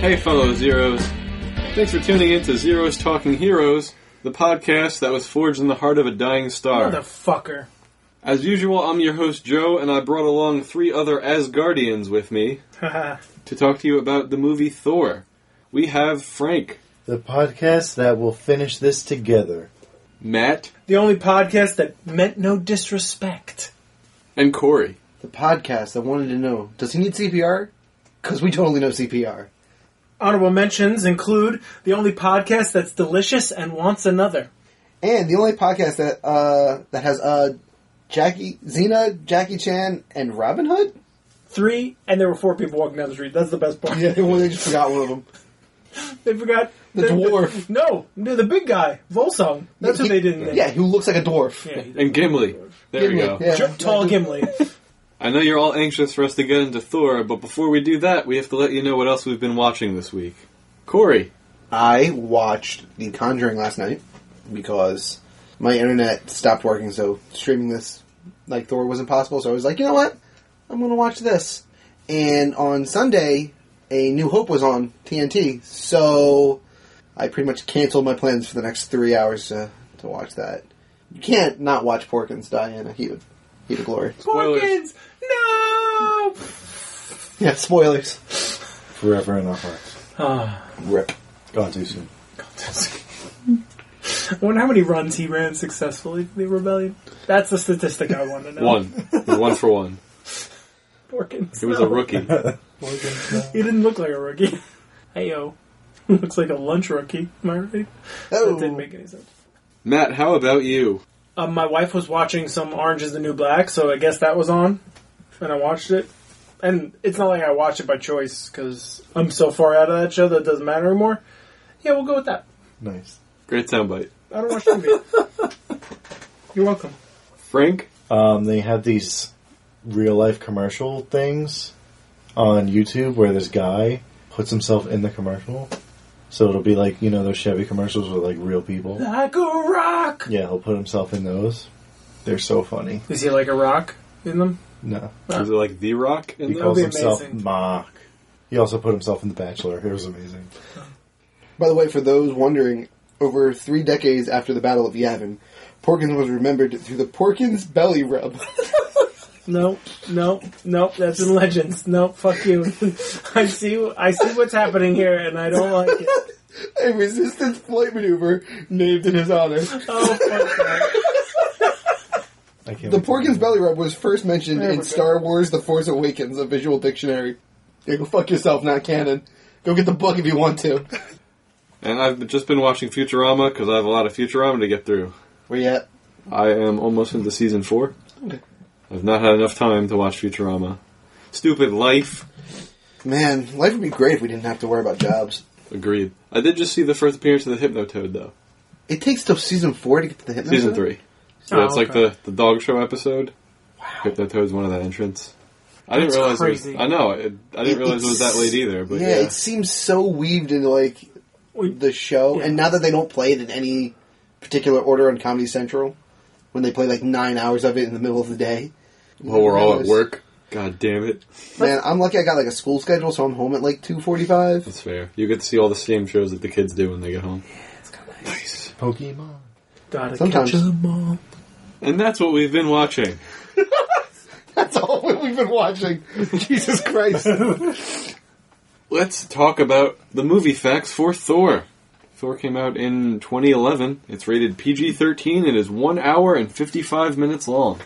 Hey, fellow Zeros. Thanks for tuning in to Zeros Talking Heroes, the podcast that was forged in the heart of a dying star. Motherfucker. As usual, I'm your host, Joe, and I brought along three other Asgardians with me to talk to you about the movie Thor. We have Frank, The podcast that will finish this together. Matt, the only podcast that meant no disrespect. and Corey. The podcast that wanted to know does he need CPR? Because we totally know CPR. Honorable mentions include the only podcast that's delicious and wants another. And the only podcast that uh, that has uh, Jackie, Xena, Jackie Chan, and Robin Hood? Three, and there were four people walking down the street. That's the best part. Yeah, well, they just forgot one of them. They forgot The dwarf. no, no, the big guy, Volsung. That's He- what they didn't. name. Yeah, who looks like a dwarf. yeah. he's- And Gimli. There we go. Gimli, yeah. J- Tall Gimli. I know you're all anxious for us to get into Thor, but before we do that, we have to let you know what else we've been watching this week. Corey. I watched The Conjuring last night because my internet stopped working, so streaming this like Thor was impossible. So I was like, you know what? I'm going to watch this. And on Sunday, A New Hope was on TNT, so I pretty much canceled my plans for the next three hours to, to watch that. You can't not watch Porkins die in a heat of, heat of glory. Poor Spoilers. kids. No. Yeah, spoilers. Forever in our hearts. Ah. Rip. Gone too soon. I wonder how many runs he ran successfully for the rebellion. That's the statistic I want to know. One. one for one. Porkins. He was a rookie. He didn't look like a rookie. Hey yo. Looks like a lunch rookie. Am I right? That didn't Oh, make any sense. Matt, how about you? Um, my wife was watching some Orange is the New Black, so I guess that was on. And I watched it. And it's not like I watched it by choice, because I'm so far out of that show that it doesn't matter anymore. Yeah, we'll go with that. Nice. Great soundbite. I don't watch TV. You're welcome. Frank? Um, they have these real life commercial things on YouTube where this guy puts himself in the commercial. So it'll be like, you know, those Chevy commercials with like real people. Like a rock! Yeah, he'll put himself in those. They're so funny. Is he like a rock in them? No. Is it like The Rock? In He there? would calls be himself amazing. Mock. He also put himself in The Bachelor. It was amazing. By the way, for those wondering, over three decades after the Battle of Yavin, Porkins was remembered through the Porkins belly rub. No, no, no. That's in Legends. No, fuck you. I see, I see what's happening here, and I don't like it. a resistance flight maneuver named in his honor. Oh, fuck that. I can't The wait to read Porkins it. belly rub was first mentioned There we in go. Star Wars The Force Awakens, a visual dictionary. Yeah, go fuck yourself, not canon. Go get the book if you want to. And I've just been watching Futurama because I have a lot of Futurama to get through. Where you at? I am almost into season four. I've not had enough time to watch Futurama. Stupid life. Man, life would be great if we didn't have to worry about jobs. Agreed. I did just see the first appearance of the Hypnotoad, though. It takes till season four to get to the hypnosis. Season three. So Oh, that's like okay. the, the dog show episode. Hypnotoad's one of that entrance. I didn't realize. That's It crazy. was, I know. It, I didn't realize it was that late either. But yeah, yeah, it seems so weaved into like We- the show, Yeah. and now that they don't play it in any particular order on Comedy Central, when they play like nine hours of it in the middle of the day. while we're all at work. God damn it. Man, I'm lucky I got like a school schedule, so I'm home at like two forty-five. That's fair. You get to see all the same shows that the kids do when they get home. Nice. Pokemon. Gotta Sometimes. catch 'em all. And that's what we've been watching. That's all we've been watching. Jesus Christ! Let's talk about the movie facts for Thor. Thor came out in 2011. It's rated PG 13 and is 1 hour and 55 minutes long.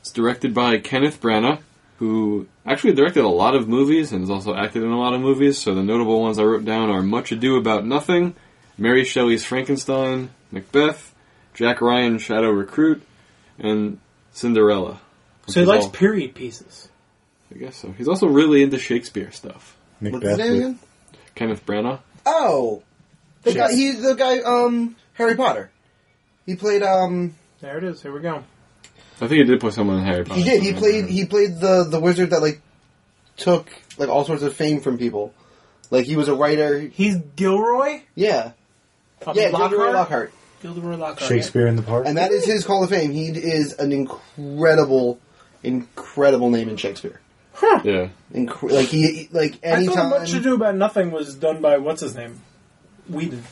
It's directed by Kenneth Branagh, who actually directed a lot of movies and has also acted in a lot of movies. So the notable ones I wrote down are Much Ado About Nothing, Mary Shelley's Frankenstein, Macbeth, Jack Ryan Shadow Recruit, and Cinderella. So he Which is likes all- period pieces. I guess so. He's also really into Shakespeare stuff. What's his Macbeth. name with- again? Kenneth Branagh. Oh, the guy. He the guy. Um, Harry Potter. He played. Um, There it is. Here we go. I think he did play someone in Harry Potter. he did. He Yeah. played. He played the the wizard that like took like all sorts of fame from people. Like he was a writer. He's Gilroy. Yeah. Of Yeah, Gilderoy Lockhart. Gilderoy Lockhart. Shakespeare in the Park. And that is his Hall of Fame. He is an incredible, incredible name in Shakespeare. Yeah. Inc- like he, like I thought anytime. Much Ado About Nothing was done by what's his name, Whedon.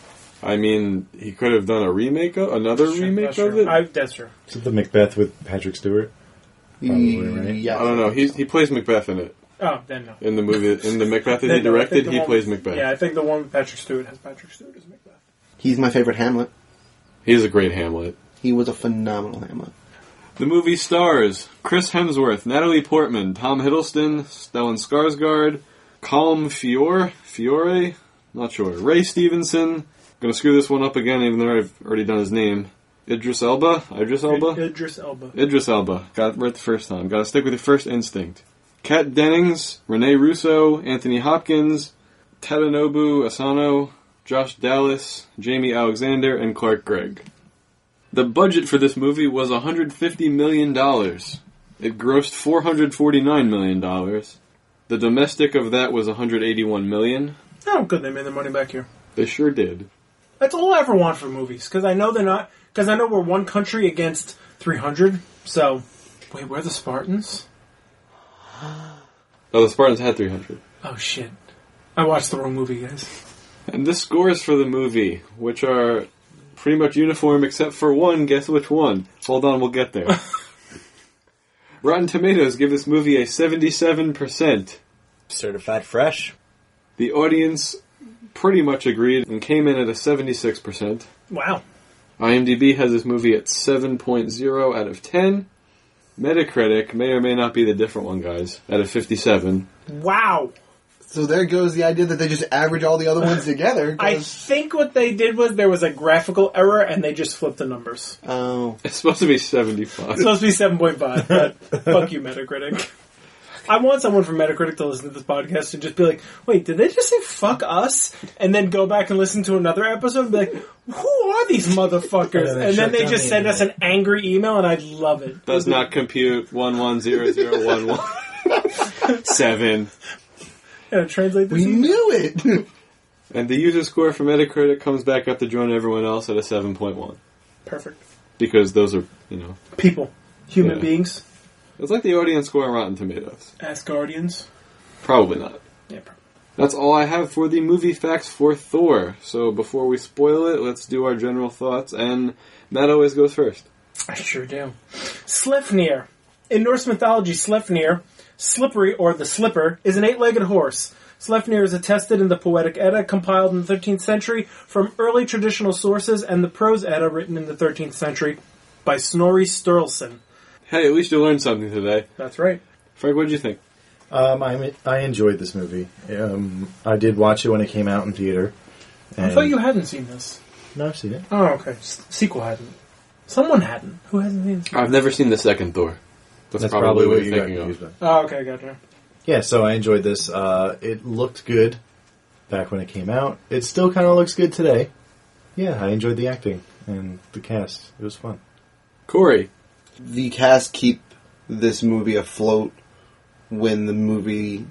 I mean, he could have done a remake of another remake That's true. of it. I, that's true. Is it the Macbeth with Patrick Stewart? Probably, right? Yeah, I don't know. He he plays Macbeth in it Oh, then no. in the movie in the Macbeth that he Then no, I think directed. the He one- plays Macbeth. Yeah, I think the one with Patrick Stewart has Patrick Stewart as Macbeth. He's my favorite Hamlet. He's a great Hamlet. He was a phenomenal Hamlet. The movie stars Chris Hemsworth, Natalie Portman, Tom Hiddleston, Stellan Skarsgård, Calm Fiore, Fiore, not sure, Ray Stevenson. Gonna screw this one up again, even though I've already done his name. Idris Elba, Idris Elba, Idris Elba. Idris Elba. Got it right the first time. Gotta stick with your first instinct. Kat Dennings, Renee Russo, Anthony Hopkins, Tadanobu Asano, Josh Dallas, Jamie Alexander, and Clark Gregg. The budget for this movie was $150 million. It grossed $449 million. The domestic of that was $181 million. Oh, good. They made their money back here. They sure did. That's all I ever want for movies because I know they're not. Because I know we're one country against three hundred. So, wait, we're the Spartans. Oh, the Spartans had 300. Oh shit! I watched the wrong movie, guys. And the scores for the movie, which are pretty much uniform except for one, guess which one? Hold on, we'll get there. Rotten Tomatoes give this movie a 77%. Certified fresh. The audience pretty much agreed and came in at a 76%. Wow. IMDb has this movie at 7.0 out of 10. Metacritic may or may not be the different one, guys, at a 57. Wow. So there goes the idea that they just average all the other ones together. I 'cause- think what they did was there was a graphical error and they just flipped the numbers. oh, It's supposed to be 75. It's supposed to be seven point five, but fuck you, Metacritic. I want someone from Metacritic to listen to this podcast and just be like, "Wait, did they just say fuck us?" And then go back and listen to another episode and be like, "Who are these motherfuckers?" Yeah, they and then shut they down just the send us an angry email, and I love it. Does not compute one one zero zero one one seven. Yeah, translate this. we knew it. And the user score for Metacritic comes back up to join everyone else at a seven point one. Perfect. Because those are you know People, human Yeah. beings, it's like the audience score on Rotten Tomatoes. as guardians. Probably not. Yeah, perfect. That's all I have for the movie facts for Thor. So before we spoil it, let's do our general thoughts and Matt always goes first. I sure do. Sleipnir. In Norse mythology, Sleipnir, Slippery or the Slipper, is an eight legged horse. Sleipnir is attested in the Poetic Edda, compiled in the 13th century from early traditional sources, and the Prose Edda, written in the 13th century by Snorri Sturluson. Hey, at least you learned something today. That's right. Frank, what'd you think? Um, I I enjoyed this movie. Um, I did watch it when it came out in theater. I And thought you hadn't seen this. No, I've seen it. Oh, okay. S- sequel hadn't. Someone hadn't. Who hasn't seen this? I've never seen the second Thor. That's, probably, what you're thinking of. by. Oh, okay, gotcha. Yeah, so I enjoyed this. Uh, it looked good back when it came out. It still kind of looks good today. Yeah, I enjoyed the acting and the cast. It was fun. Corey. the cast keep this movie afloat when the movie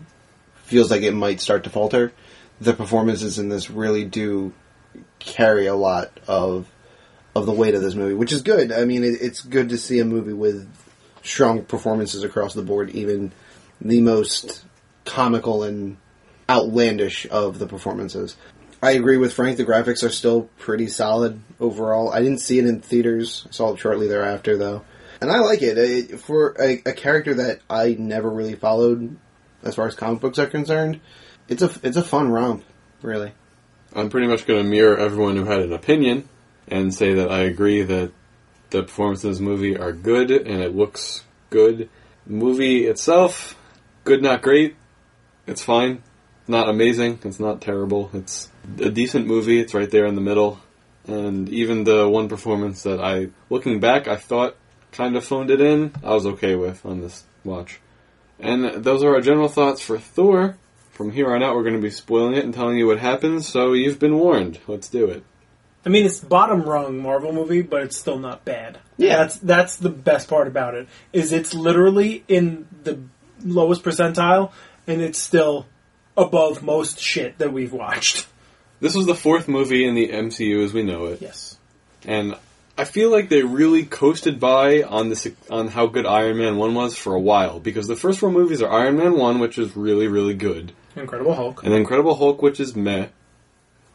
feels like it might start to falter. The performances in this really do carry a lot of of the weight of this movie, which is good. I mean, it, it's good to see a movie with strong performances across the board, even the most comical and outlandish of the performances. I agree with Frank. The graphics are still pretty solid overall. I didn't see it in theaters. I saw it shortly thereafter, though, and I like it. it for a, a character that I never really followed, as far as comic books are concerned, it's a it's a fun romp, really. I'm pretty much going to mirror everyone who had an opinion and say that I agree that the performances in this movie are good and it looks good. Movie itself, good, not great. It's fine. Not amazing. It's not terrible. It's a decent movie. It's right there in the middle. And even the one performance that I, looking back, I thought kind of phoned it in, I was okay with on this watch. And those are our general thoughts for Thor. From here on out, we're going to be spoiling it and telling you what happens, so you've been warned. Let's do it. I mean, it's bottom rung Marvel movie, but it's still not bad. Yeah. that's that's the best part about it is it's literally in the lowest percentile, and it's still above most shit that we've watched. This was the fourth movie in the MCU as we know it, Yes, and I feel like they really coasted by on this on how good Iron Man one was for a while because the first four movies are Iron Man one, which is really really good, Incredible Hulk. and then Incredible Hulk, which is meh,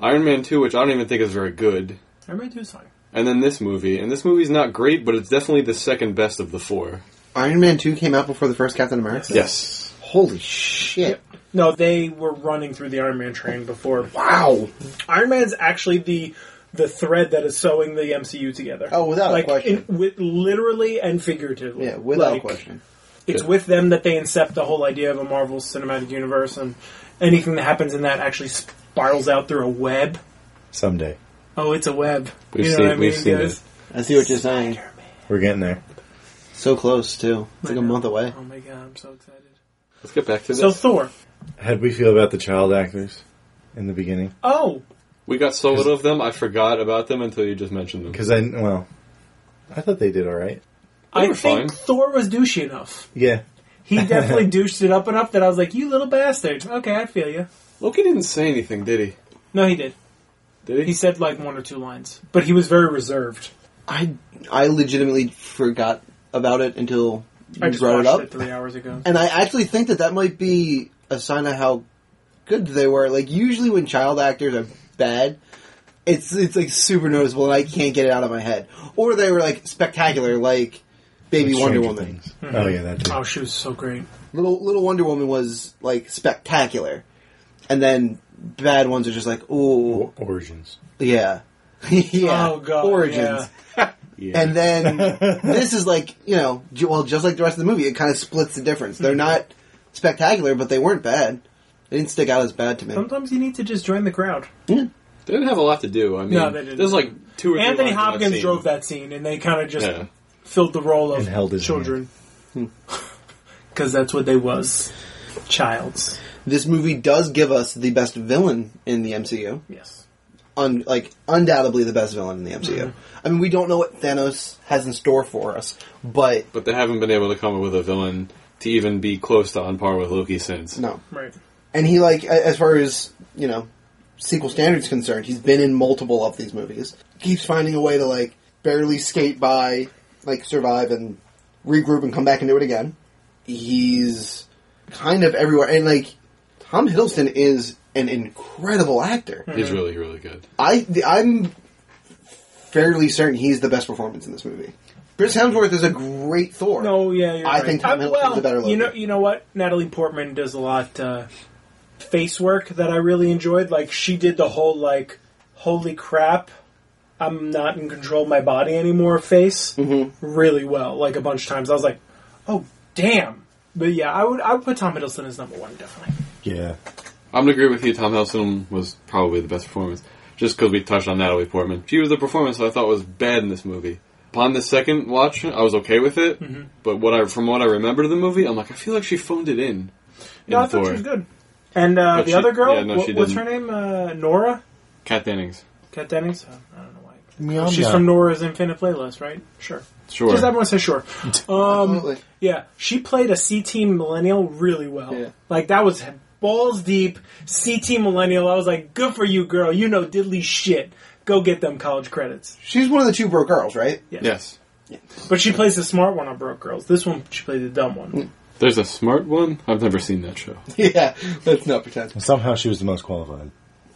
Iron Man two, which I don't even think is very good, Everybody do something. and then this movie. And this movie's not great, but it's definitely the second best of the four. Iron Man 2 came out before the first Captain America? Yes, Holy shit. No, they were running through the Iron Man train before. Wow. Iron Man's actually the the thread that is sewing the MCU together. Oh, without a like, question. in- with, literally and figuratively. Yeah, without Like, question. It's with them that they incept the whole idea of a Marvel Cinematic Universe, and anything that happens in that actually spirals out through a web. Someday. Oh, it's a web. We've you know seen- what I mean, we've seen guys? it. I see what you're saying. We're getting there. So close, too. It's like I a know. month away. Oh my god, I'm so excited. let's get back to this. So Thor. How did we feel about the child actors in the beginning? Oh, we got so little of them, I forgot about them until you just mentioned them. Because I, well, I thought they did all right. I were think fine. Thor was douchey enough. Yeah. He definitely douched it up enough that I was like, "You little bastard." Okay, I feel you. Loki didn't say anything, did he? No, he did. Did He he? said like one or two lines, but he was very reserved. I, I legitimately forgot about it until you I just brought it watched up. it three hours ago. And I actually think that that might be a sign of how good they were. Like usually when child actors are bad, it's it's like super noticeable, and I can't get it out of my head. Or they were like spectacular, like Baby Wonder Stranger Woman. Things. Oh yeah, that. Too. Oh, she was so great. Little Little Wonder Woman was like spectacular, and then bad ones are just like oh O- Origins. yeah, yeah Oh, God, origins. Yeah. And then this is like you know ju- well just like the rest of the movie, it kind of splits the difference. They're not spectacular, but they weren't bad. They didn't stick out as bad to me. Sometimes you need to just join the crowd. They didn't have a lot to do. I mean, No, they didn't. there's like two or Anthony three lines in Hopkins scene. drove that scene, and they kind of just Yeah. filled the role of And held his children, Hmm. because that's what they was, childs. this movie does give us the best villain in the MCU. Yes. Un- like undoubtedly the best villain in the MCU. Mm-hmm. I mean, we don't know what Thanos has in store for us, but But they haven't been able to come up with a villain to even be close to on par with Loki since. no. Right. And he like a- as far as you know, sequel standards concerned, he's been in multiple of these movies. Keeps finding a way to like barely skate by, like survive and regroup and come back and do it again. He's kind of everywhere, and like Tom Hiddleston is an incredible actor. He's really, really good. I the- I'm fairly certain he's the best performance in this movie. Chris Hemsworth is a great Thor. No, yeah, you're I right. think Tom Uh, Hiddleston's well, a better Loki. You know, you know what? Natalie Portman does a lot uh, face work that I really enjoyed. Like she did the whole like, "Holy crap, I'm not in control of my body anymore." Face Mm-hmm. really well, like a bunch of times. I was like, "Oh, damn!" But yeah, I would I would put Tom Hiddleston as number one definitely. Yeah. I'm gonna agree with you. Tom Hiddleston was probably the best performance, just because we touched on Natalie Portman. She was the performance that I thought was bad in this movie. Upon the second watch, I was okay with it, Mm-hmm. but what I from what I remember of the movie, I'm like, I feel like she phoned it in. No, in I thought she Thor. was good. And uh, But the she- other girl, yeah, no, wha- she what's her didn't. name? Uh, Nora Kat Dennings, Kat Dennings. Uh, I don't know why. Meow, She's meow. from Nora's Infinite Playlist, right? Sure. sure. Just everyone say sure. Um, Absolutely. Yeah, she played a C Team Millennial really well. Yeah. Like that was balls deep C Team Millennial. I was like, good for you, girl. You know diddly shit. Go get them college credits. She's one of the two broke girls, right? yes, But she plays the smart one on Broke Girls. This one, she played the dumb Mm. one. there's a smart one. I've never seen that show. Yeah. Let's not pretend. Somehow she was the most qualified.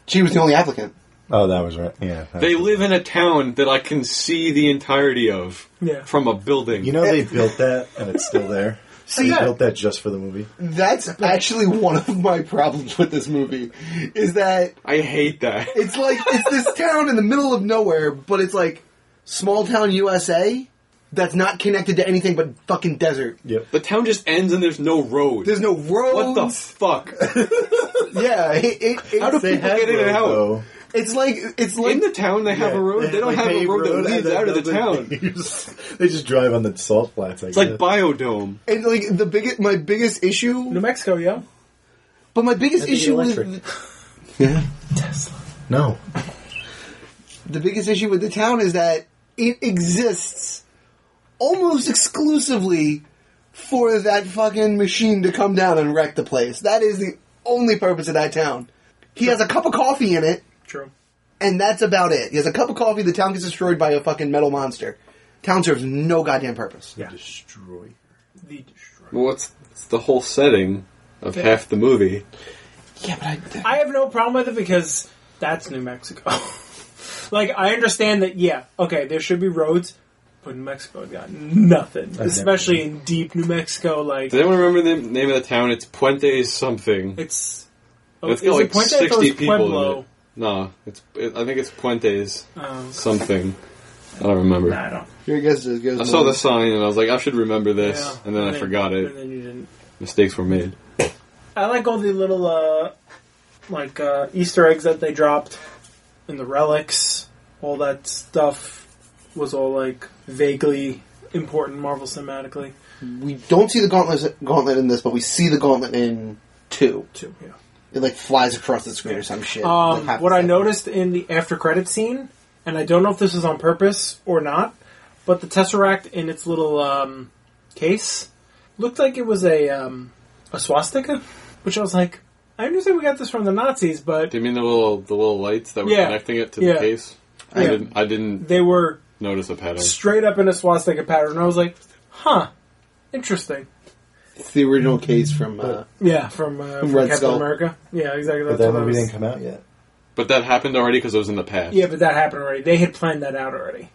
She was the only applicant. Oh, that was right. Yeah. that- They live in a town that I can see the entirety of Yeah. from a building. You know they built that and it's still there. See, they yeah. built that just for the movie. That's actually one of my problems with this movie is that I hate that. it's like it's this town in the middle of nowhere, but it's like small town USA that's not connected to anything but fucking desert. Yep. The town just ends and there's no road. There's no roads. what the fuck? yeah, it, it, it, How do They people had get in and road, out? though. it's like it's like In the town, they have Yeah, a road. They, had, don't like, have a paved road that and leads then out of the nothing. town. You just- they just drive on the salt flats. I It's like biodome. and like the biggest my biggest issue New Mexico, yo. But my biggest That'd be issue electric. with Tesla. no. the biggest issue with the town is that it exists almost exclusively for that fucking machine to come down and wreck the place. That is the only purpose of that town. He has a cup of coffee in it, True. And that's about it. He has a cup of coffee, the town gets destroyed by a fucking metal monster. Town serves no goddamn purpose. Yeah. Destroy. The destroyer. Well, it's, it's the whole setting of half the movie. Yeah, but I, I have no problem with it because that's New Mexico. like I understand that. Yeah, okay, there should be roads, but New Mexico got nothing, especially in deep New Mexico. Like Does anyone remember the name of the town? It's Puente something. it's. Oh, It's is it got like Puente? I thought it 60 was people in Pueblo. it. No, it's it, I think it's Puentes Um, something. I don't remember. nah, I don't. here he goes. Goes I saw the sign and I was like, I should remember this, yeah. and then I forgot And it. then you didn't. Mistakes were made. I like all the little uh, like uh, Easter eggs that they dropped, and the relics. All that stuff was all like vaguely important Marvel cinematically. We don't see the gauntlet, gauntlet in this, but we see the gauntlet in two. Too, yeah. It like flies across the screen or some shit. Like, Um, happens what I that way. noticed in the after credit scene, and I don't know if this is on purpose or not, but the tesseract in its little um, case looked like it was a um, a swastika, which I was like, I understand we got this from the Nazis, but Do you mean the little the little lights that were Yeah. connecting it to Yeah. the case? I Yeah. didn't. I didn't they were notice a pattern. straight up in a swastika pattern. I was like, huh, interesting. It's the original case from. Uh, Yeah, from, uh, from Red Captain Skull. America. Yeah, exactly. But That's that what I movie was- didn't come out yet. But that happened already because it was in the past. Yeah, but that happened already. They had planned that out already.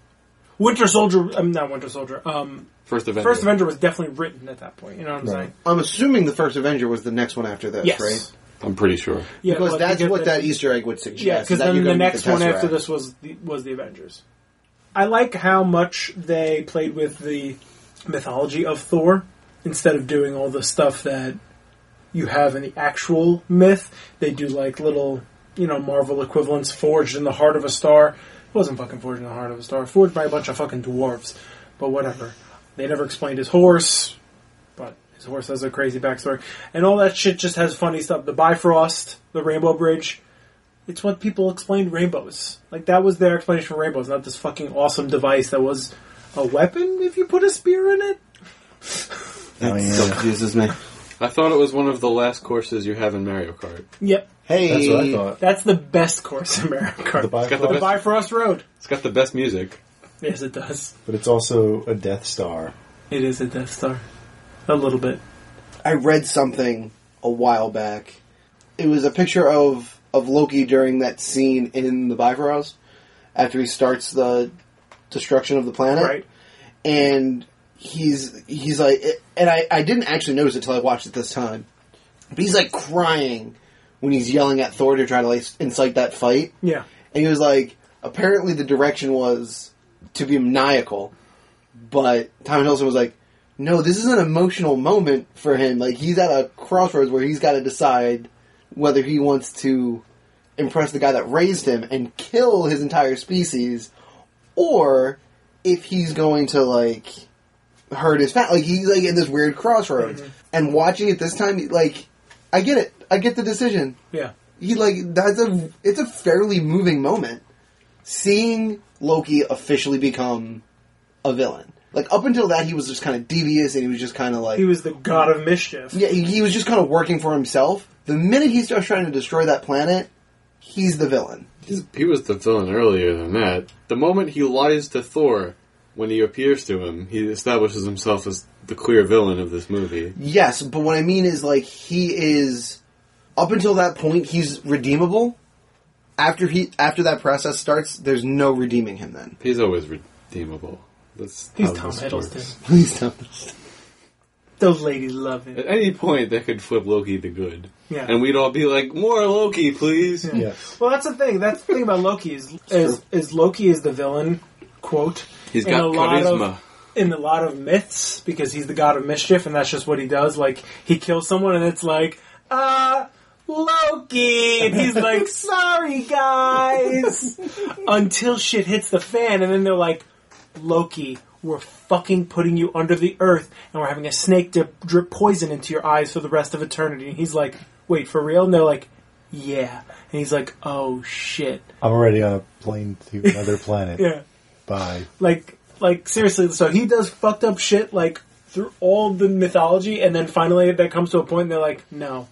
Winter Soldier, um, not Winter Soldier. Um, First event. First Avenger was definitely written at that point. You know what I'm Right. saying? I'm assuming the first Avenger was the next one after this, Yes. right? I'm pretty sure. Yeah, Because but that's because what the- that Easter egg would suggest. Yeah, because that then you're the gonna meet next one after Tesseract. this was the, was the Avengers. I like how much they played with the mythology of Thor instead of doing all the stuff that you have in the actual myth. They do like little, you know, Marvel equivalents forged in the heart of a star. It wasn't fucking forged in the heart of a star. Forged by a bunch of fucking dwarves, but whatever. They never explained his horse, but his horse has a crazy backstory, and all that shit just has funny stuff. The Bifrost, the Rainbow Bridge. It's what people explained rainbows. Like that was their explanation for rainbows, not this fucking awesome device that was a weapon if you put a spear in it. Still Oh, yeah. confuses me. I thought it was one of the last courses you have in Mario Kart. Yep, Hey, That's what I thought. that's the best course in America. The got the Bifrost, best- Bifrost Road. It's got the best music. Yes, it does. but it's also a Death Star. It is a Death Star. A little bit. I read something a while back. It was a picture of of Loki during that scene in the Bifrost after he starts the destruction of the planet, Right. and he's he's like, and I I didn't actually notice it till I watched it this time, but he's like crying when he's yelling at Thor to try to like incite that fight, Yeah. and he was like, apparently the direction was to be maniacal, but Tom Hiddleston was like, no, this is an emotional moment for him. Like he's at a crossroads where he's got to decide whether he wants to impress the guy that raised him and kill his entire species, or if he's going to like hurt his family. Like he's like in this weird crossroads. And watching it this time, like I get it. I get the decision Yeah. he like that's a it's a fairly moving moment seeing Loki officially become a villain. Like up until that, he was just kind of devious and he was just kind of like He was the god of mischief. yeah, he, he was just kind of working for himself. The minute he starts trying to destroy that planet, he's the villain. He was the villain earlier than that. The moment he lies to Thor, when he appears to him, he establishes himself as the clear villain of this movie. Yes, but what I mean is like he is up until that point he's redeemable. After he after that process starts, there's no redeeming him then. He's always redeemable. That's He's how Tom this works. Hiddleston. Please don't. Those ladies love him. At any point, they could flip Loki to good. Yeah. And we'd all be like, more Loki, please! Yes. Well, that's the thing. That's the thing about Loki is is, is Loki is the villain, quote. He's in got a lot of- charisma. in a lot of myths because he's the god of mischief, and that's just what he does. Like he kills someone, and it's like, uh, Loki, and he's like, sorry guys, until shit hits the fan, and then they're like, Loki. We're fucking putting you under the earth, and we're having a snake dip, drip poison into your eyes for the rest of eternity. And he's like, "Wait, for real?" And they're like, "Yeah." And he's like, "Oh shit, I'm already on a plane to another planet. yeah." Bye. like like seriously so he does fucked up shit like through all the mythology and then finally that comes to a point and they're like no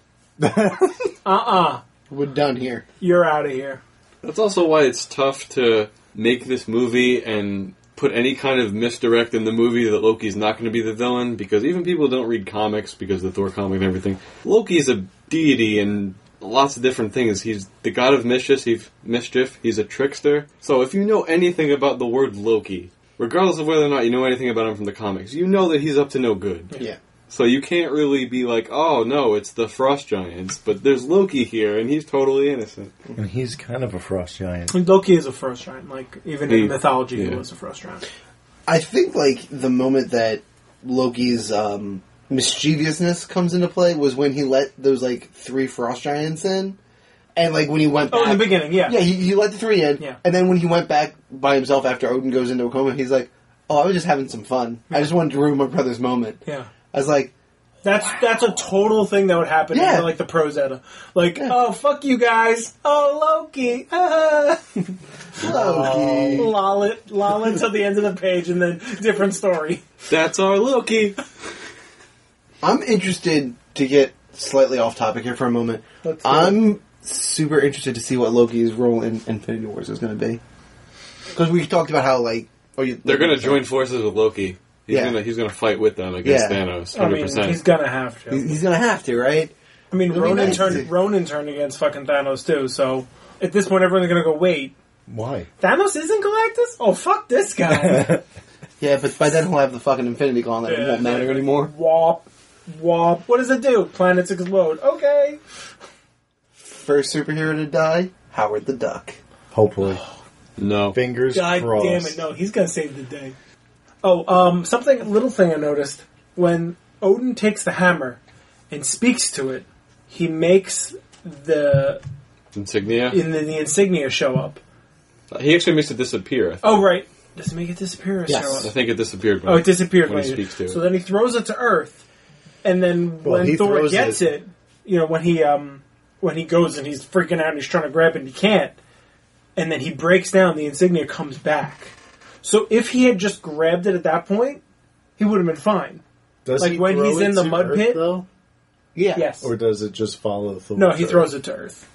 We're done here. you're out of here That's also why it's tough to make this movie and put any kind of misdirect in the movie that Loki's not going to be the villain because even people who don't read comics because of the Thor comic and everything. Loki's a deity and lots of different things. He's the god of mischief. He's mischief. He's a trickster. So if you know anything about the word Loki, regardless of whether or not you know anything about him from the comics, you know that he's up to no good. Yeah. So you can't really be like, oh no, it's the frost giants, but there's Loki here and he's totally innocent. And he's kind of a frost giant. Like, Loki is a frost giant. Like even He- in mythology, he yeah. was a frost giant. I think like the moment that Loki's um, mischievousness comes into play was when he let those like three frost giants in, and like when he went. Oh, in the back- beginning, yeah. Yeah, he, he let the three in, Yeah. and then when he went back by himself after Odin goes into a coma, he's like, "Oh, I was just having some fun. I just wanted to ruin my brother's moment." Yeah. I was like, That's that's a total thing that would happen Yeah. in like the Prozetta. Like, oh fuck you guys. Oh Loki. Ah. Oh. "Loki." Loll it loll it till the end of the page and then different story. That's our Loki. I'm interested to get slightly off topic here for a moment. Let's do I'm super interested to see what Loki's role in Infinity Wars is going to be. Because we talked about how, like, oh, you, They're gonna join forces with Loki. He's Yeah. gonna he's gonna fight with them against Yeah. Thanos, I hundred mean, he's percent. gonna have to. He's, he's going to have to, right? I mean, It'll be Ronan nice to see. turned Ronan turned against fucking Thanos too. So at this point, everyone's gonna go, wait, Why? Thanos isn't Galactus? Oh fuck this guy. Yeah, but by then he'll have the fucking Infinity Gauntlet. and It Yeah. won't matter anymore. Wop, wop. What does it do? Planets explode. Okay. First superhero to die, Howard the Duck. Hopefully. No. Fingers God crossed. damn it! No, he's gonna save the day. Oh, um, something little thing I noticed when Odin takes the hammer and speaks to it, he makes the Insignia. in the, the insignia show up. He actually makes it disappear. I, th- Oh, right. Does it make it disappear or Yes. show I up? think it disappeared. When Oh, it disappeared when he later. speaks to it. So then he throws it to Earth, and then Well, he when Thor throws gets it- it. you know, when he um when he goes and he's freaking out and he's trying to grab it and he can't, and then he breaks down. The insignia comes back. So if he had just grabbed it at that point, he would have been fine. Does Like he when throw he's it in the to mud Earth, pit? though? Yeah. Yes. Or does it just follow Thor? no, he throws it to Earth.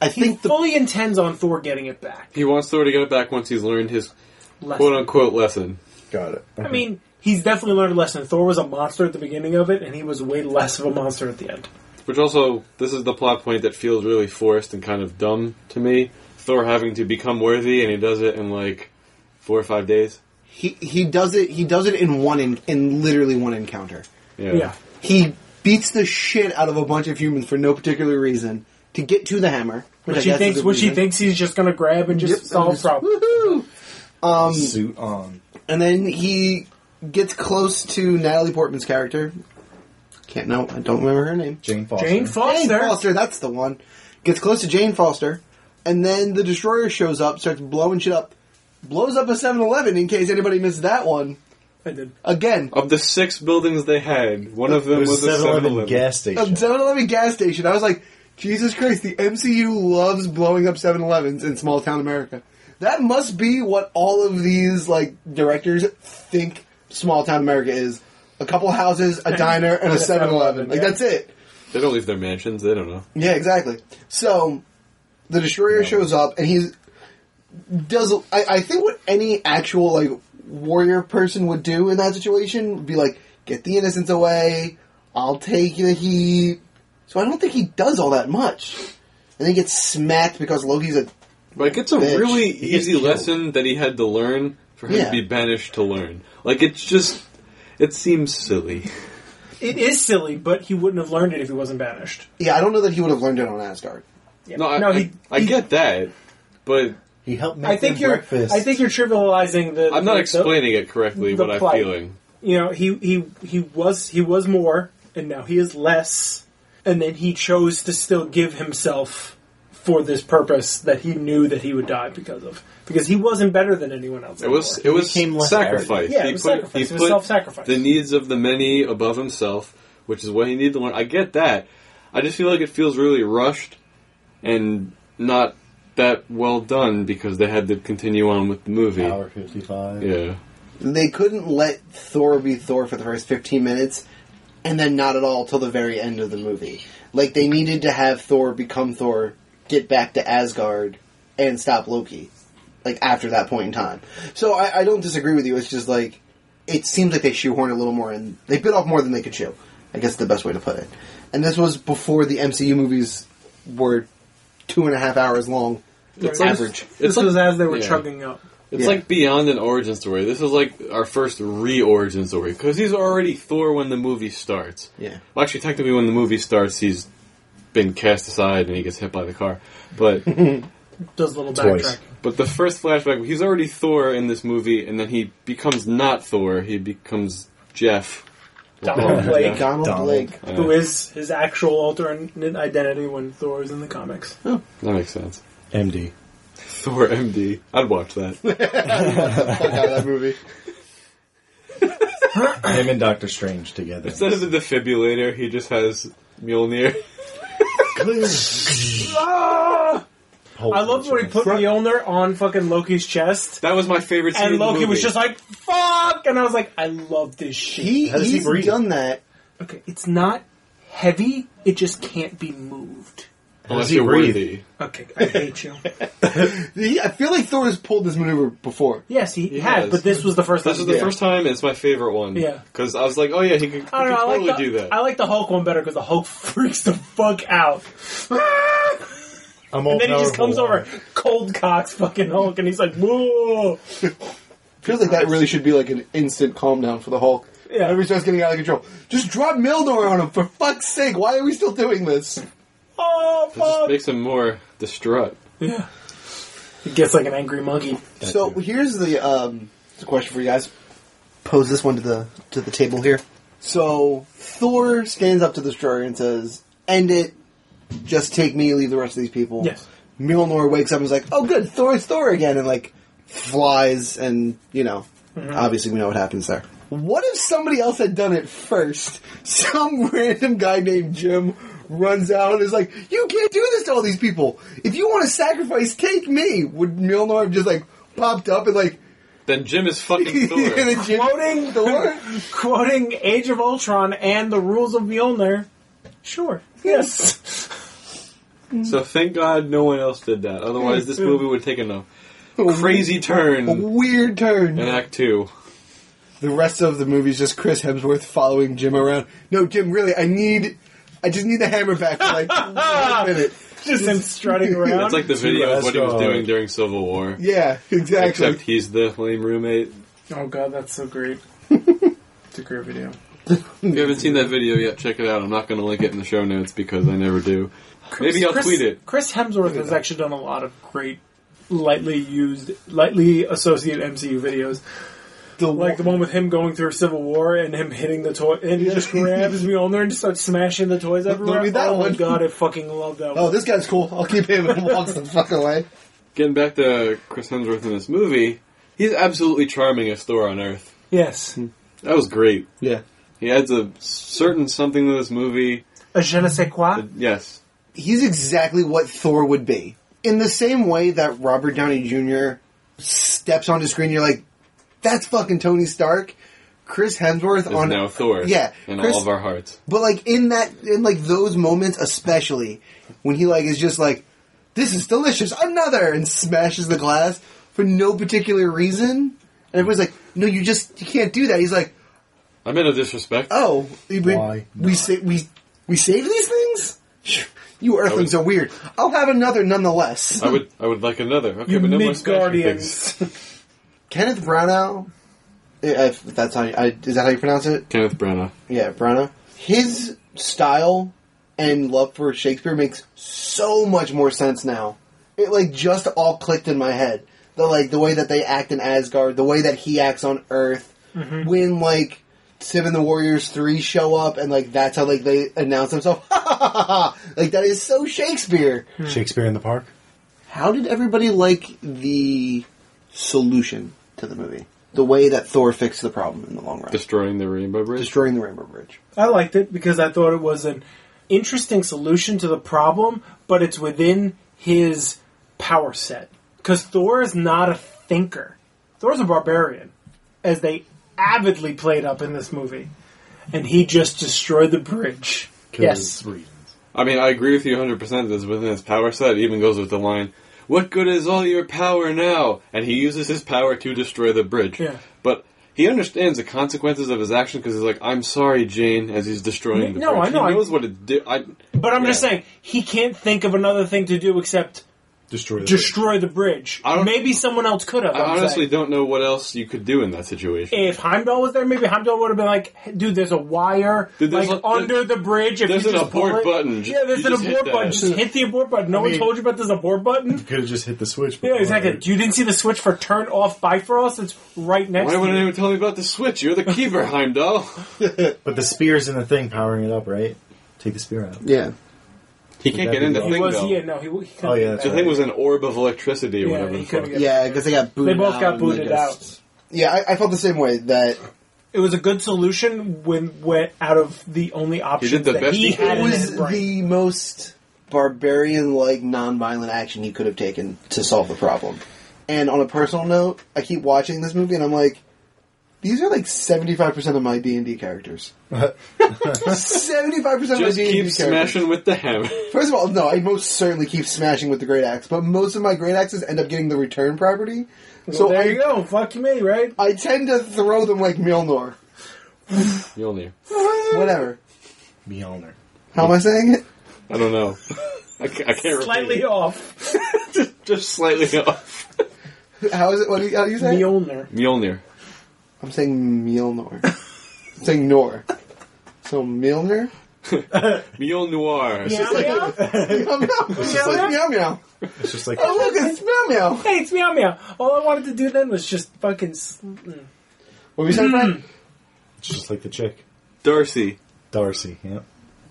I think the. Fully intends on Thor getting it back. he wants Thor to get it back once he's learned his Less quote unquote lesson. Got it. I mean, he's definitely learned a lesson. Thor was a monster at the beginning of it, and he was way less of a monster at the end. Which also this is the plot point that feels really forced and kind of dumb to me. Thor having to become worthy and he does it in like four or five days. He, he does it. He does it in one in, in literally one encounter. Yeah. Yeah. He beats the shit out of a bunch of humans for no particular reason to get to the hammer, Which I she guess is thinks, the which she reason. thinks he's just gonna grab and just Yep, and solve just- problems. Woohoo! Um, Suit on. And then he gets close to Natalie Portman's character. Can't know. I don't remember her name. Jane Foster. Jane Jane Foster. Foster. That's the one. Gets close to Jane Foster, and then the destroyer shows up, starts blowing shit up, blows up a 7-Eleven in case anybody missed that one. I did. Again, Of the six buildings they had, one of them There's was a a 7-Eleven 7-Eleven. gas a station. 7-Eleven gas station. I was like, Jesus Christ! The MCU loves blowing up 7-Elevens in small town America. That must be what all of these like directors think small town America is: a couple houses, a diner, and a 7-Eleven. Like yeah. that's it. They don't leave their mansions. They don't know. Yeah, exactly. So the destroyer shows up, and he's does. I, I think what any actual like warrior person would do in that situation would be like, get the innocents away. I'll take the heat. So I don't think he does all that much, and then he gets smacked because Loki's a Like it's a Bitch. really He gets easy killed. lesson that he had to learn for him Yeah. to be banished to learn. Like it's just it seems silly. It is silly, but he wouldn't have learned it if he wasn't banished. yeah. I don't know that he would have learned it on Asgard. Yeah. No, I, he. I, I he- get that, but He helped make I think them you're. breakfast. I think you're trivializing the. I'm not the- explaining it correctly. the What I'm plight. feeling. You know, he he he was he was more, and now he is less, and then he chose to still give himself for this purpose that he knew that he would die because of because he wasn't better than anyone else. It was anymore. it was became less sacrifice. Yeah, it he was put, sacrifice. He It was put self-sacrifice. The needs of the many above himself, which is what he needed to learn. I get that. I just feel like it feels really rushed and not that well done because they had to continue on with the movie. Hour 55. Yeah. They couldn't let Thor be Thor for the first 15 minutes and then not at all till the very end of the movie. Like, they needed to have Thor become Thor, get back to Asgard, and stop Loki, like after that point in time. So I, I don't disagree with you. It's just like it seems like they shoehorned a little more, and they bit off more than they could chew. I guess is the best way to put it. And this was before the MCU movies were two and a half hours long. It's Right. average. This, It's this like- was as they were yeah. chugging up. It's Yeah. like beyond an origin story. This is like our first re-origin story because he's already Thor when the movie starts. Yeah. Well, actually, technically, when the movie starts, he's been cast aside and he gets hit by the car. But Does a little Twice. backtrack. but the first flashback, he's already Thor in this movie, and then he becomes not Thor. He becomes Jeff. Donald Blake, Donald, Donald. Blake. who is his actual alternate identity when Thor is in the comics. That makes sense. MD. Thor MD. I'd watch that. Fuck out of that movie. Him and Doctor Strange together. Instead of the defibrillator, he just has Mjolnir. Ah! I love when he put Mjolnir on fucking Loki's chest, That was my favorite scene. and in the Loki was movie. just like, fuck! And I was like, I love this shit. He, How does he he's breathe? done that. okay, it's not heavy, it just can't be moved. unless Does he you're breathe? worthy. Okay, I hate you. He, I feel like Thor has pulled this maneuver before. Yes, he, He had, has. but this was the first This time. is the he did it. first time. It's my favorite one. Yeah. because I was like, oh yeah, he could, he I could don't know. I totally like, the, do that. I like the Hulk one better because the Hulk freaks the fuck out. I'm and then he just all-powerful. comes over, cold cocks fucking Hulk, and he's like, whoa! Feels like that really should be like an instant calm down for the Hulk. Yeah. Everybody starts getting out of control. Just drop Mildor on him for fuck's sake. Why are we still doing this? Oh, It just fuck! makes him more distraught. Yeah. He gets like an angry monkey. so here's the um, the question for you guys. Pose this one to the to the table here. So Thor stands up to the destroyer and says, "End it. Just take me. Leave the rest of these people." Yes. Mjolnir wakes up and is like, "Oh, good, Thor is Thor again," and like flies, and you know, obviously we know what happens there. Mm-hmm. What if somebody else had done it first? Some random guy named Jim runs out and is like, "You can't do this to all these people. If you want to sacrifice, take me." Would Mjolnir have just like popped up and like? Then Jim is fucking Thor. and then Jim- Quoting Thor? quoting Age of Ultron and the rules of Mjolnir. Sure. Yes. so thank God no one else did that. Otherwise, this movie would take a crazy turn Weird turn. in Act Two. the rest of the movie is just Chris Hemsworth following Jim around. No, Jim, really, I need, I just need the hammer back for like one minute. Just him strutting around. It's like the video of what he was Asgard. doing during Civil War, Yeah, exactly. except he's the lame roommate. oh god, that's so great. it's a great video. If you haven't seen that video yet, check it out. I'm not going to link it in the show notes because I never do. Maybe I'll Chris- tweet it. Chris Hemsworth has actually done a lot of great, lightly used, lightly associated MCU videos. The Like the one with him going through Civil War and him hitting the toy, and he just grabs me on there and just starts smashing the toys everywhere. be that oh one. my god, I fucking love that oh, one. this guy's cool. I'll keep him and walks the fuck away. Getting back to Chris Hemsworth in this movie, he's absolutely charming as Thor on Earth. Yes. Hmm. That was great. Yeah. He adds a certain something to this movie. A je ne sais quoi. Yes. He's exactly what Thor would be. In the same way that Robert Downey Jr. steps onto screen, you're like, that's fucking Tony Stark. Chris Is Hemsworth on now Thor. Yeah, In Chris- all of our hearts. But like in that, in like those moments, especially when he like is just like, "This is delicious," another, and smashes the glass for no particular reason, and everyone's like, "No, you just you can't do that." He's like, I'm in a disrespect. "Oh, we Why we sa- we we save these things? You Earthlings are weird. I'll have another nonetheless." I would I would like another. Okay, You but no more smashing things. Midgardians. Kenneth Branagh, if that's how you, I, is that how you pronounce it? Kenneth Branagh. Yeah, Branagh. His style and love for Shakespeare makes so much more sense now. It like just all clicked in my head. The like the way that they act in Asgard, the way that he acts on Earth, when like Sim and the Warriors three show up and like that's how like they announce themselves. like that is so Shakespeare. Shakespeare in the Park. How did everybody like the solution to the movie? The way that Thor fixed the problem in the long run, Destroying the Rainbow Bridge. destroying the Rainbow Bridge. I liked it because I thought it was an interesting solution to the problem, but it's within his power set. Because Thor is not a thinker. Thor's a barbarian, as they avidly played up in this movie. And he just destroyed the bridge. Yes. reasons. I mean, I agree with you 100% that it's within his power set. It even goes with the line, What good is all your power now? And he uses his power to destroy the bridge. Yeah. But he understands the consequences of his action because he's like, "I'm sorry, Jane," as he's destroying the No, bridge. I know, I- He knows what it did. I, But I'm just Yeah. saying he can't think of another thing to do except Destroy the destroy the bridge. I don't- Maybe someone else could have. I I'm honestly saying. don't know what else you could do in that situation. If Heimdall was there, maybe Heimdall would have been like, "Hey, "Dude, there's a wire Dude, there's like a- under the bridge. If there's you an just pull abort it- button. yeah, there's You an just hit abort that. button. Just hit the abort button. No I one mean- told you about this abort button. Could have just hit the switch. Yeah, button, exactly. right? You didn't see the switch for turn off Bifrost. It's right next. Why to wouldn't you. anyone tell me about the switch? You're the keeper, Heimdall. But the spear's in the thing powering it up, right? Take the spear out. Yeah. He can't that get in be the all? He thing was. though. Yeah, no, he. he couldn't Oh, yeah, do that's The that. thing was an orb of electricity or Yeah, whatever. he the could've fuck. got- Yeah, because they got They booted both got and booted they out. just- Yeah, I, I felt the same way that It was a good solution when went out of the only option the that best he he could. had it in was his brain. the most barbarian-like non-violent action he could have taken to solve the problem. And on a personal note, I keep watching this movie and I'm like, these are like 75% of my D&D characters. 75% of my Just D&D keep characters. smashing with the hammer. First of all, no, I most certainly keep smashing with the great axe, but most of my great axes end up getting the return property. So So there I, you go. Fuck you, me, right? I tend to throw them like Mjolnir. Mjolnir. Whatever. Mjolnir. How am I saying it? I don't know. I, ca- I can't Slightly repeat off. it. Just slightly off. How is it? What do you, how do you say? it? Mjolnir. Mjolnir. I'm saying Mjolnir. I'm saying Nor. So Mjolnir? Mjolnir. Meow, meow. Meow meow. Meow meow. meow, meow. It's just like Oh look, it's meow meow. Hey, it's meow meow. All I wanted to do then was just fucking. Sl- mm. What were you saying, Hmm. Brad? it's just like the chick Darcy. Darcy. Yeah.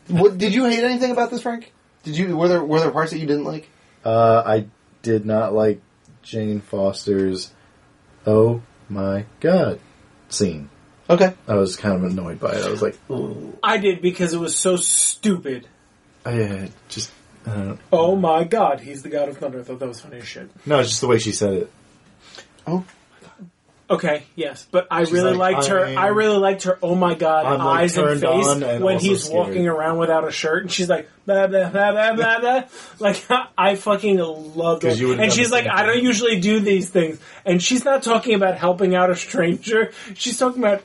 What did you hate anything about this, Frank? Did you were there were there parts that you didn't like? Uh, I did not like Jane Foster's "Oh my God" scene. Okay. I was kind of annoyed by it. I was like, oh, Ooh. I did because it was so stupid. I uh, just I don't know. Oh my god, he's the god of thunder. I thought that was funny as shit. no. It's just the way she said it. Oh. Okay, yes, but I She's really like, liked her. I'm- I really liked her. Oh my god, I'm, like, eyes and turned face on and when also he's scared. walking around without a shirt, and she's like blah blah blah blah blah blah. Like I fucking loved her. 'Cause you would've And done she's the like, same I don't thing. usually do these things, and she's not talking about helping out a stranger. She's talking about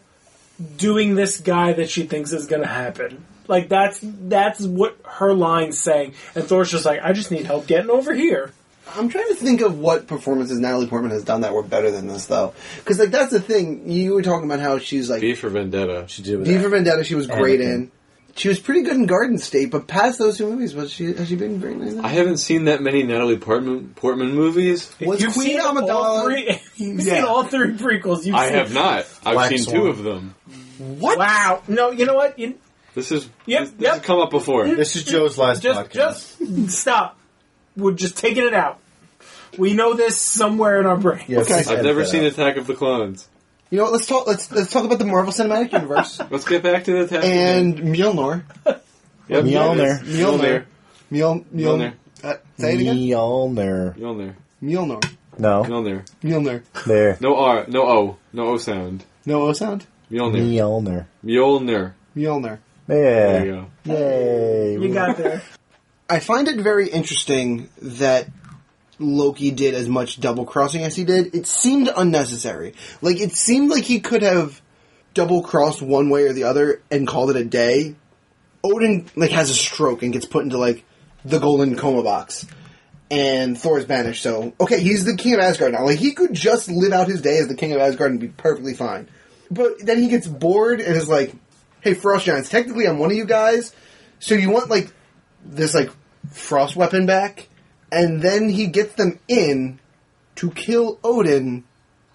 doing this guy that she thinks is going to happen. Like that's that's what her line's saying, and Thor's just like, I just need help getting over here. I'm trying to think of what performances Natalie Portman has done that were better than this, though. Because like that's the thing. You were talking about how she's like B for Vendetta. She did with V that. for Vendetta. She was great Anakin. in. She was pretty good in Garden State, but past those two movies, was she has she been very nice? in? I haven't seen that many Natalie Portman, Portman movies. was You've Queen seen all Amidala- three. You've Yeah. seen all three prequels. You've I seen have not. I've Black seen two Swan. of them. What? Wow. No, you know what? You, This is Yep, this, this yep. has come up before. This is Joe's last just podcast. just stop. We're just taking it out. We know this somewhere in our brain. Yeah, Okay. just I've edit never that seen out. Attack of the Clones. You know what? Let's talk. Let's let's talk about the Marvel Cinematic Universe Let's get back to the Attack. and Mjolnir. yep, Mjolnir. there it is. Mjolnir. Mjol Mjolnir. Mjolnir. Uh, say it again. Mjolnir. Mjolnir. Mjolnir. No, Mjolnir. Mjolnir. there. No R. No O. No O sound. No O sound. Mjolnir. Mjolnir. Mjolnir. Mjolnir. There you Yeah. go. Yay. You got there. I find it very interesting that Loki did as much double crossing as he did. It seemed unnecessary. Like it seemed like he could have double crossed one way or the other and called it a day. Odin like has a stroke and gets put into like the golden coma box. And Thor is banished, so okay, he's the king of Asgard now. Like he could just live out his day as the king of Asgard and be perfectly fine. But then he gets bored and is like, "Hey, Frost Giants, technically I'm one of you guys, so you want like this like frost weapon back, and then he gets them in to kill Odin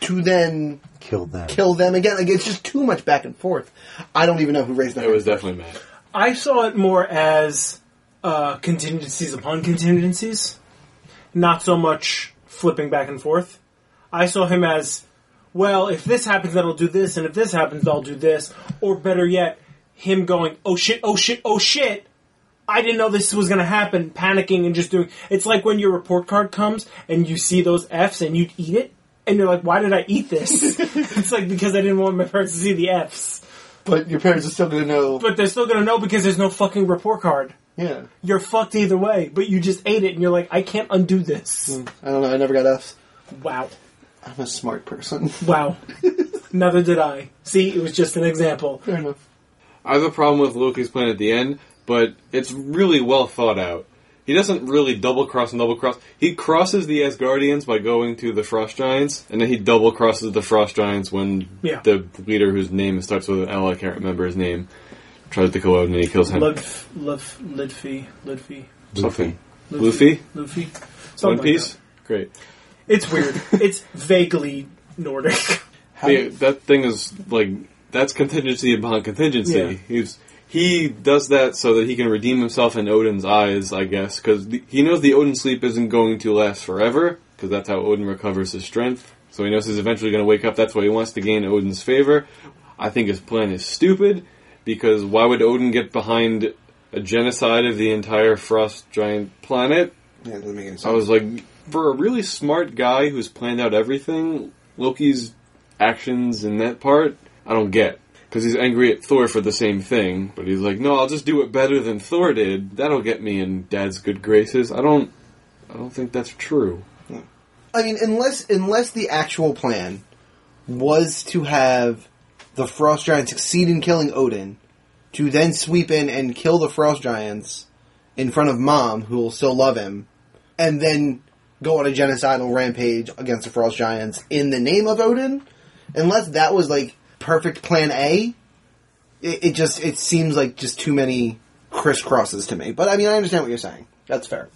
to then Killed them. kill them again. Like it's just too much back and forth. I don't even know who raised that. It was definitely Matt. I saw it more as uh, contingencies upon contingencies, not so much flipping back and forth. I saw him as, well, if this happens, then I'll do this, and if this happens, I'll do this, or better yet, him going, oh shit, oh shit, oh shit. I didn't know this was going to happen, panicking and just doing. It's like when your report card comes and you see those F's and you eat it, and you're like, why did I eat this? it's like because I didn't want my parents to see the F's but your parents are still gonna know. but they're still gonna know because there's no fucking report card. Yeah. You're fucked either way, but you just ate it and you're like, I can't undo this. I don't know. I never got F's. Wow. I'm a smart person. Wow. Neither did I. See, it was just an example. Fair enough. I have a problem with Loki's plan at the end, but it's really well thought out. He doesn't really double cross and double cross. He crosses the Asgardians by going to the Frost Giants, and then he double crosses the Frost Giants when Yeah. the leader whose name starts with an L, I can't remember his name, tries to go out and he kills him. Ludf, Ludf, Lidfi, Lidfi, Something. Luffy? Oh Luffy? Luffy. One Something like Piece? that. Great. It's weird. it's vaguely Nordic. How Yeah, that thing is like that's contingency upon contingency. Yeah. He's he does that so that he can redeem himself in Odin's eyes, I guess, because he knows the Odin sleep isn't going to last forever, because that's how Odin recovers his strength. So he knows he's eventually going to wake up. That's why he wants to gain Odin's favor. I think his plan is stupid because why would Odin get behind a genocide of the entire frost giant planet Yeah, it doesn't make any sense. I was like, for a really smart guy who's planned out everything, Loki's actions in that part, I don't get. Because he's angry at Thor for the same thing, but he's like, no, I'll just do it better than Thor did. That'll get me in Dad's good graces. I don't, I don't think that's true. I mean, unless unless the actual plan was to have the Frost Giant succeed in killing Odin, to then sweep in and kill the Frost Giants in front of Mom, who will still love him, and then go on a genocidal rampage against the Frost Giants in the name of Odin. Unless that was like perfect plan A, it, it just it seems like just too many crisscrosses to me. But I mean, I understand what you're saying. That's fair.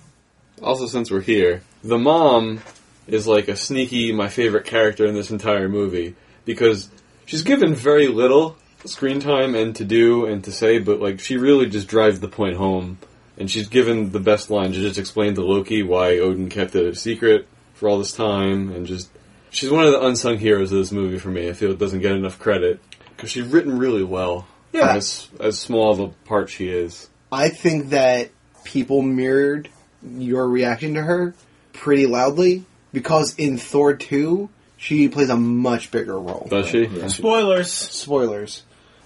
Also, since we're here, the mom is like a sneaky, my favorite character in this entire movie because she's given very little screen time and to do and to say, but like she really just drives the point home. And she's given the best line to just explain to Loki why Odin kept it a secret for all this time and just. She's one of the unsung heroes of this movie for me. I feel it doesn't get enough credit because she's written really well. Yeah. As, as small of a part she is. I think that people mirrored your reaction to her pretty loudly because in Thor 2, she plays a much bigger role. Does she? Spoilers. Spoilers.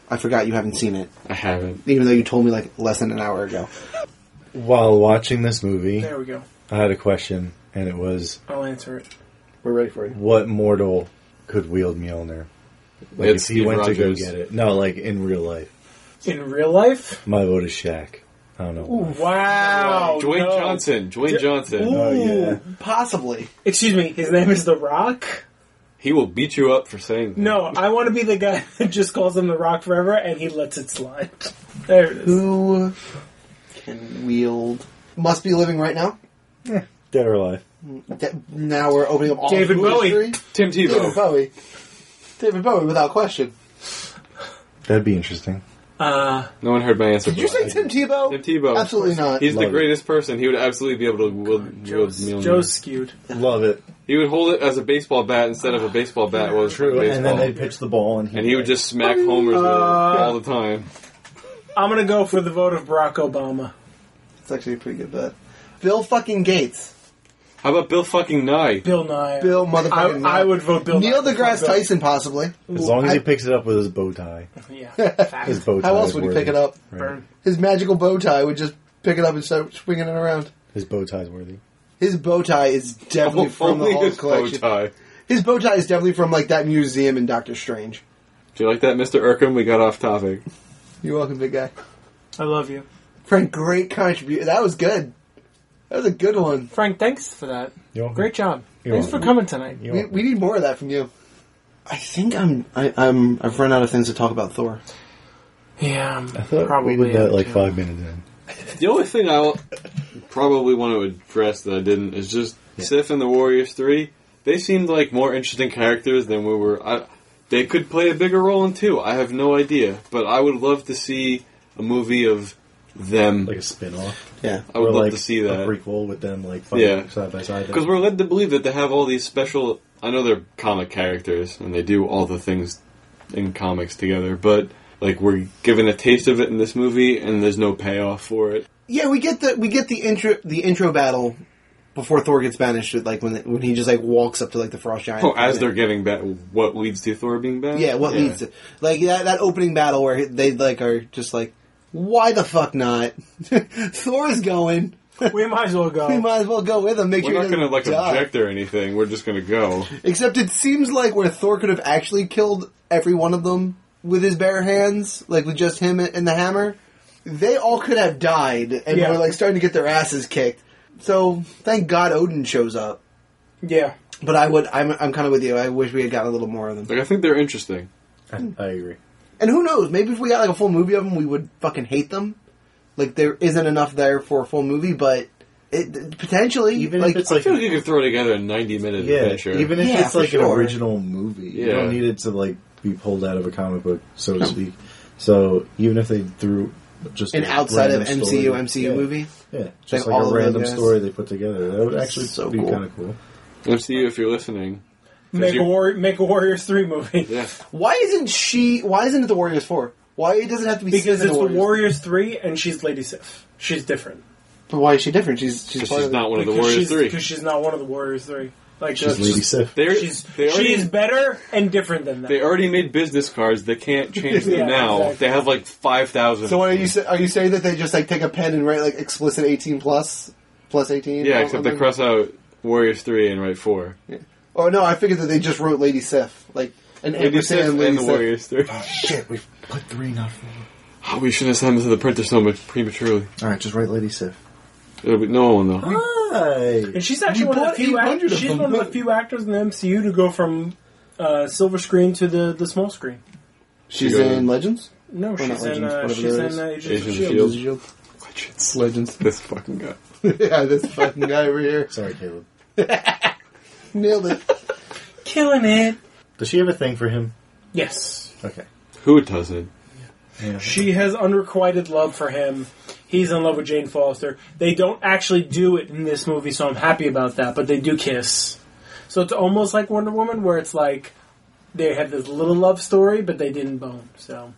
I forgot you haven't seen it, I haven't. even though you told me like less than an hour ago. While watching this movie, There we go. I had a question, and it was, I'll answer it. We're ready for you. what mortal could wield Mjolnir? Like It's if he Steve went to go Rogers. get it? No, like in real life. In real life? My vote is Shaq. I don't know. why. Wow. Dwayne Oh, no. Johnson. Dwayne Ju- Johnson. Ooh. Oh, yeah. Possibly. Excuse me, his name is The Rock? He will beat you up for saying that. No, I want to be the guy that just calls him The Rock forever and he lets it slide. There it is. Who can wield? Must be living right now. Dead or alive? That- now we're opening up all David of Bowie. history. Tim David Tebow. Bowie. David Bowie, without question. That'd be interesting. Uh, No one heard my answer. Did you but I- say Tim Tebow? Tim Tebow? Absolutely not. He's the Love it. greatest person. He would absolutely be able to wield, wield Joe's, Mjolnir. Joe's skewed. Love it. He would hold it as a baseball bat instead of a baseball bat was a baseball. And then they'd pitch the ball, and he, And he would just smack homers with it all the time. I'm going to go for the vote of Barack Obama. It's actually a pretty good bet. Bill fucking Gates. How about Bill fucking Nye? Bill Nye. Bill I, motherfucking I would vote Bill Neil Nye. deGrasse Bill- Tyson, possibly. as long as he I- picks it up with his bow tie. Yeah. fact. His bow tie. How else is would he worthy. pick it up? Right. Burn. His magical bow tie would just pick it up and start swinging it around. His bow tie's worthy. His bow tie is definitely from the Oh, Only Hulk his bow collection. tie. His bow tie is definitely from like that museum in Doctor Strange. Do you like that, Mr. Urkham? We got off topic. You're welcome, big guy. I love you. Frank, great contribution. That was good. That was a good one. Frank, thanks for that. You're welcome. Great job. You're thanks welcome. for coming tonight. You're We, welcome. we need more of that from you. I think I'm I, I'm I've run out of things to talk about Thor. Yeah, I'm I thought probably. we did am that like too. five minutes in. The only thing I probably want to address that I didn't is just Sif and the Warriors Three. They seemed like more interesting characters than we were. I, they could play a bigger role in two. I have no idea, but I would love to see a movie of them. Like a spin off. Yeah. I would or love like to see A that prequel with them like fighting Yeah. side by side. because we're led to believe that they have all these special. I know they're comic characters and they do all the things in comics together, but like we're given a taste of it in this movie, and there's no payoff for it. Yeah, we get the we get the intro the intro battle before Thor gets banished. Like when when he just like walks up to like the frost giant. Oh, as they're getting back, what leads to Thor being back? yeah, what leads to like that that opening battle where they like are just like Why the fuck not? Thor's going. We might as well go. We might as well go with him. Make We're sure not he going to doesn't like die. object or anything. We're just going to go. Except it seems like where Thor could have actually killed every one of them with his bare hands, like with just him and the hammer, they all could have died and Yeah. were like starting to get their asses kicked. So thank God Odin shows up. yeah. But I would, I'm, I'm kind of with you. I wish we had gotten a little more of them. Like I think they're interesting. I, I agree. And who knows? Maybe if we got like a full movie of them, we would fucking hate them. Like there isn't enough there for a full movie, but it potentially Even like if it's I like feel like you could throw together a ninety-minute yeah, adventure. even if Yeah, it's for like an sure. original movie, you Yeah. don't need it to like be pulled out of a comic book, so to speak. So even if they threw just an a outside of random MCU story- MCU yeah, movie. yeah, Like just like all of a those random guys. story they put together, that would actually So be cool. kind of cool. MCU, if you're listening, Make you- a War- Make a Warriors three movie yeah, Why isn't she? Why isn't it the Warriors Four? Why it doesn't have to be because Sif and it's the Warriors? Warriors three and she's Lady Sif. She's different. But why is she different? She's she's, because part she's of the- not one of the Because Warriors she's, Three. Because she's not one of the Warriors three. Like Just that's Lady just, Sif. They're, she's they already she's better and different than that. they already made business cards. They can't change them Yeah, now. exactly. They have like five thousand. So what are you sa- are you saying that they just like take a pen and write like explicit eighteen plus plus eighteen? yeah, or except they something? cross out Warriors Three and write four. Oh no, I figured that they just wrote Lady Sif like and Lady Amber Sif Sand, and Lady the Sif. Warriors Three. Oh, Shit, we put three, not four. Oh, we shouldn't have sent this to the printer so much prematurely. All right, just write Lady Sif. It'll be, no one will know. Hi. And she's You actually one of the bought few 800 act- of she's them, one of the right? few actors in the MCU to go from uh, silver screen to the, the small screen. She's She, uh, in Legends. No, not she's in Legends, uh, whatever she's that is. in uh, Agents, Agents of of Shield. Shield. It's Legends. This fucking guy. yeah, this fucking guy over here Sorry, Caleb. nailed it. Killing it. Does she have a thing for him? Yes, Okay. Who doesn't? Yeah. she has unrequited love for him. He's in love with Jane Foster. They don't actually do it in this movie, so I'm happy about that. But they do kiss, so it's almost like Wonder Woman, where it's like they had this little love story, but they didn't bone. So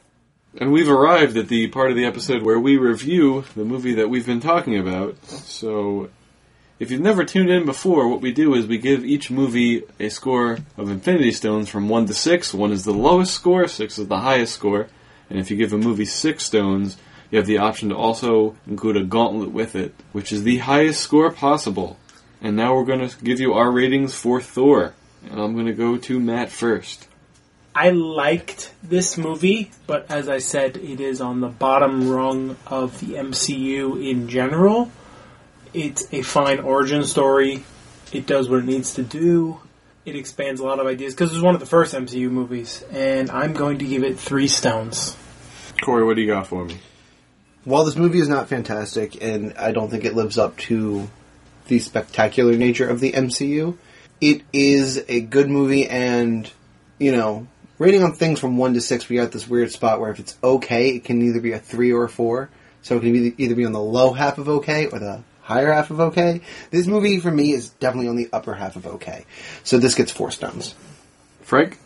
And we've arrived at the part of the episode where we review the movie that we've been talking about. So, if you've never tuned in before, what we do is we give each movie a score of Infinity Stones from 1 to 6. 1 is the lowest score, 6 is the highest score. And if you give a movie 6 stones, you have the option to also include a gauntlet with it, which is the highest score possible. And now we're going to give you our ratings for Thor. And I'm going to go to Matt first. I liked this movie, but as I said, it is on the bottom rung of the MCU in general. It's a fine origin story. It does what it needs to do. It expands a lot of ideas because it was one of the first MCU movies, and I'm going to give it three stones. Corey, what do you got for me? While this movie is not fantastic, and I don't think it lives up to the spectacular nature of the MCU, it is a good movie, and, you know, rating on things from 1 to 6, we got this weird spot where if it's okay, it can either be a 3 or a 4. So it can be either be on the low half of okay or the higher half of okay. This movie, for me, is definitely on the upper half of okay. So this gets 4 stones. Frank?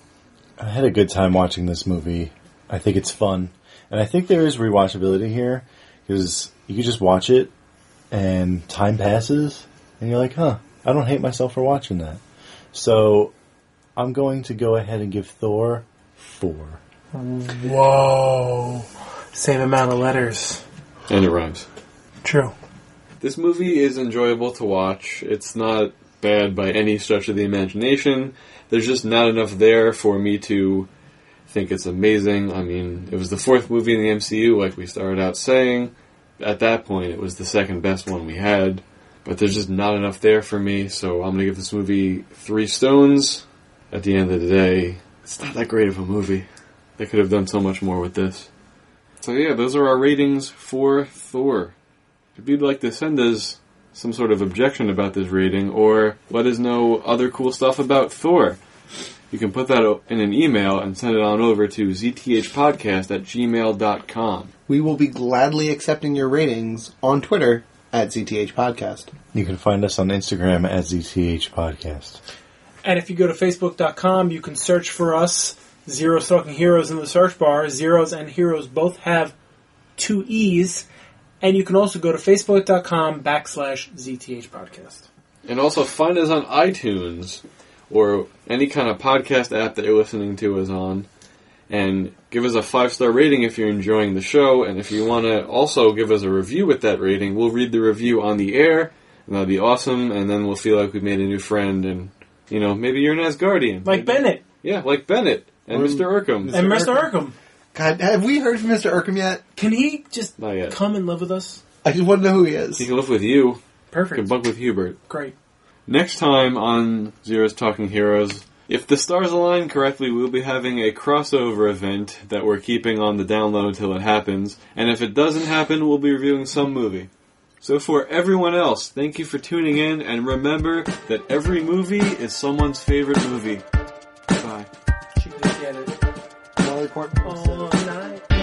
I had a good time watching this movie. I think it's fun, and I think there is rewatchability here because you can just watch it, and time passes, and you're like, "Huh, I don't hate myself for watching that." So, I'm going to go ahead and give Thor four. Whoa! Same amount of letters. And it rhymes. True. This movie is enjoyable to watch. It's not bad by any stretch of the imagination. There's just not enough there for me to think it's amazing. I mean, it was the fourth movie in the MCU, like we started out saying. At that point, it was the second best one we had. But there's just not enough there for me, so I'm going to give this movie three stones. At the end of the day, it's not that great of a movie. They could have done so much more with this. So, yeah, those are our ratings for Thor. If you'd like to send us some sort of objection about this rating or let us know other cool stuff about Thor, you can put that o- in an email and send it on over to zthpodcast at gmail.com. We will be gladly accepting your ratings on Twitter at ZTH Podcast. You can find us on Instagram at ZTH Podcast. And if you go to facebook.com, you can search for us, Zeros Talking Heroes, in the search bar. Zeros and Heroes both have two E's. And you can also go to facebook.com backslash ZTH podcast. And also find us on iTunes or any kind of podcast app that you're listening to us on and give us a five star rating if you're enjoying the show. And if you want to also give us a review with that rating, we'll read the review on the air, and that'll be awesome. And then we'll feel like we made a new friend, and you know, maybe you're an Asgardian, Like Bennett yeah, like Bennett and Or- Mr. Urkham. and Mr. Arkham. God, have we heard from Mr. Urkham yet? Can he just Not yet. come and live with us? I just want to know who he is. He can live with you. He Perfect. can bunk with Hubert. Great. Next time on Zero's Talking Heroes, if the stars align correctly, we'll be having a crossover event that we're keeping on the download till it happens, and if it doesn't happen, we'll be reviewing some movie. So for everyone else, thank you for tuning in, and remember that every movie is someone's favorite movie. Bye. She could get it Molly Portman. Oh. all night.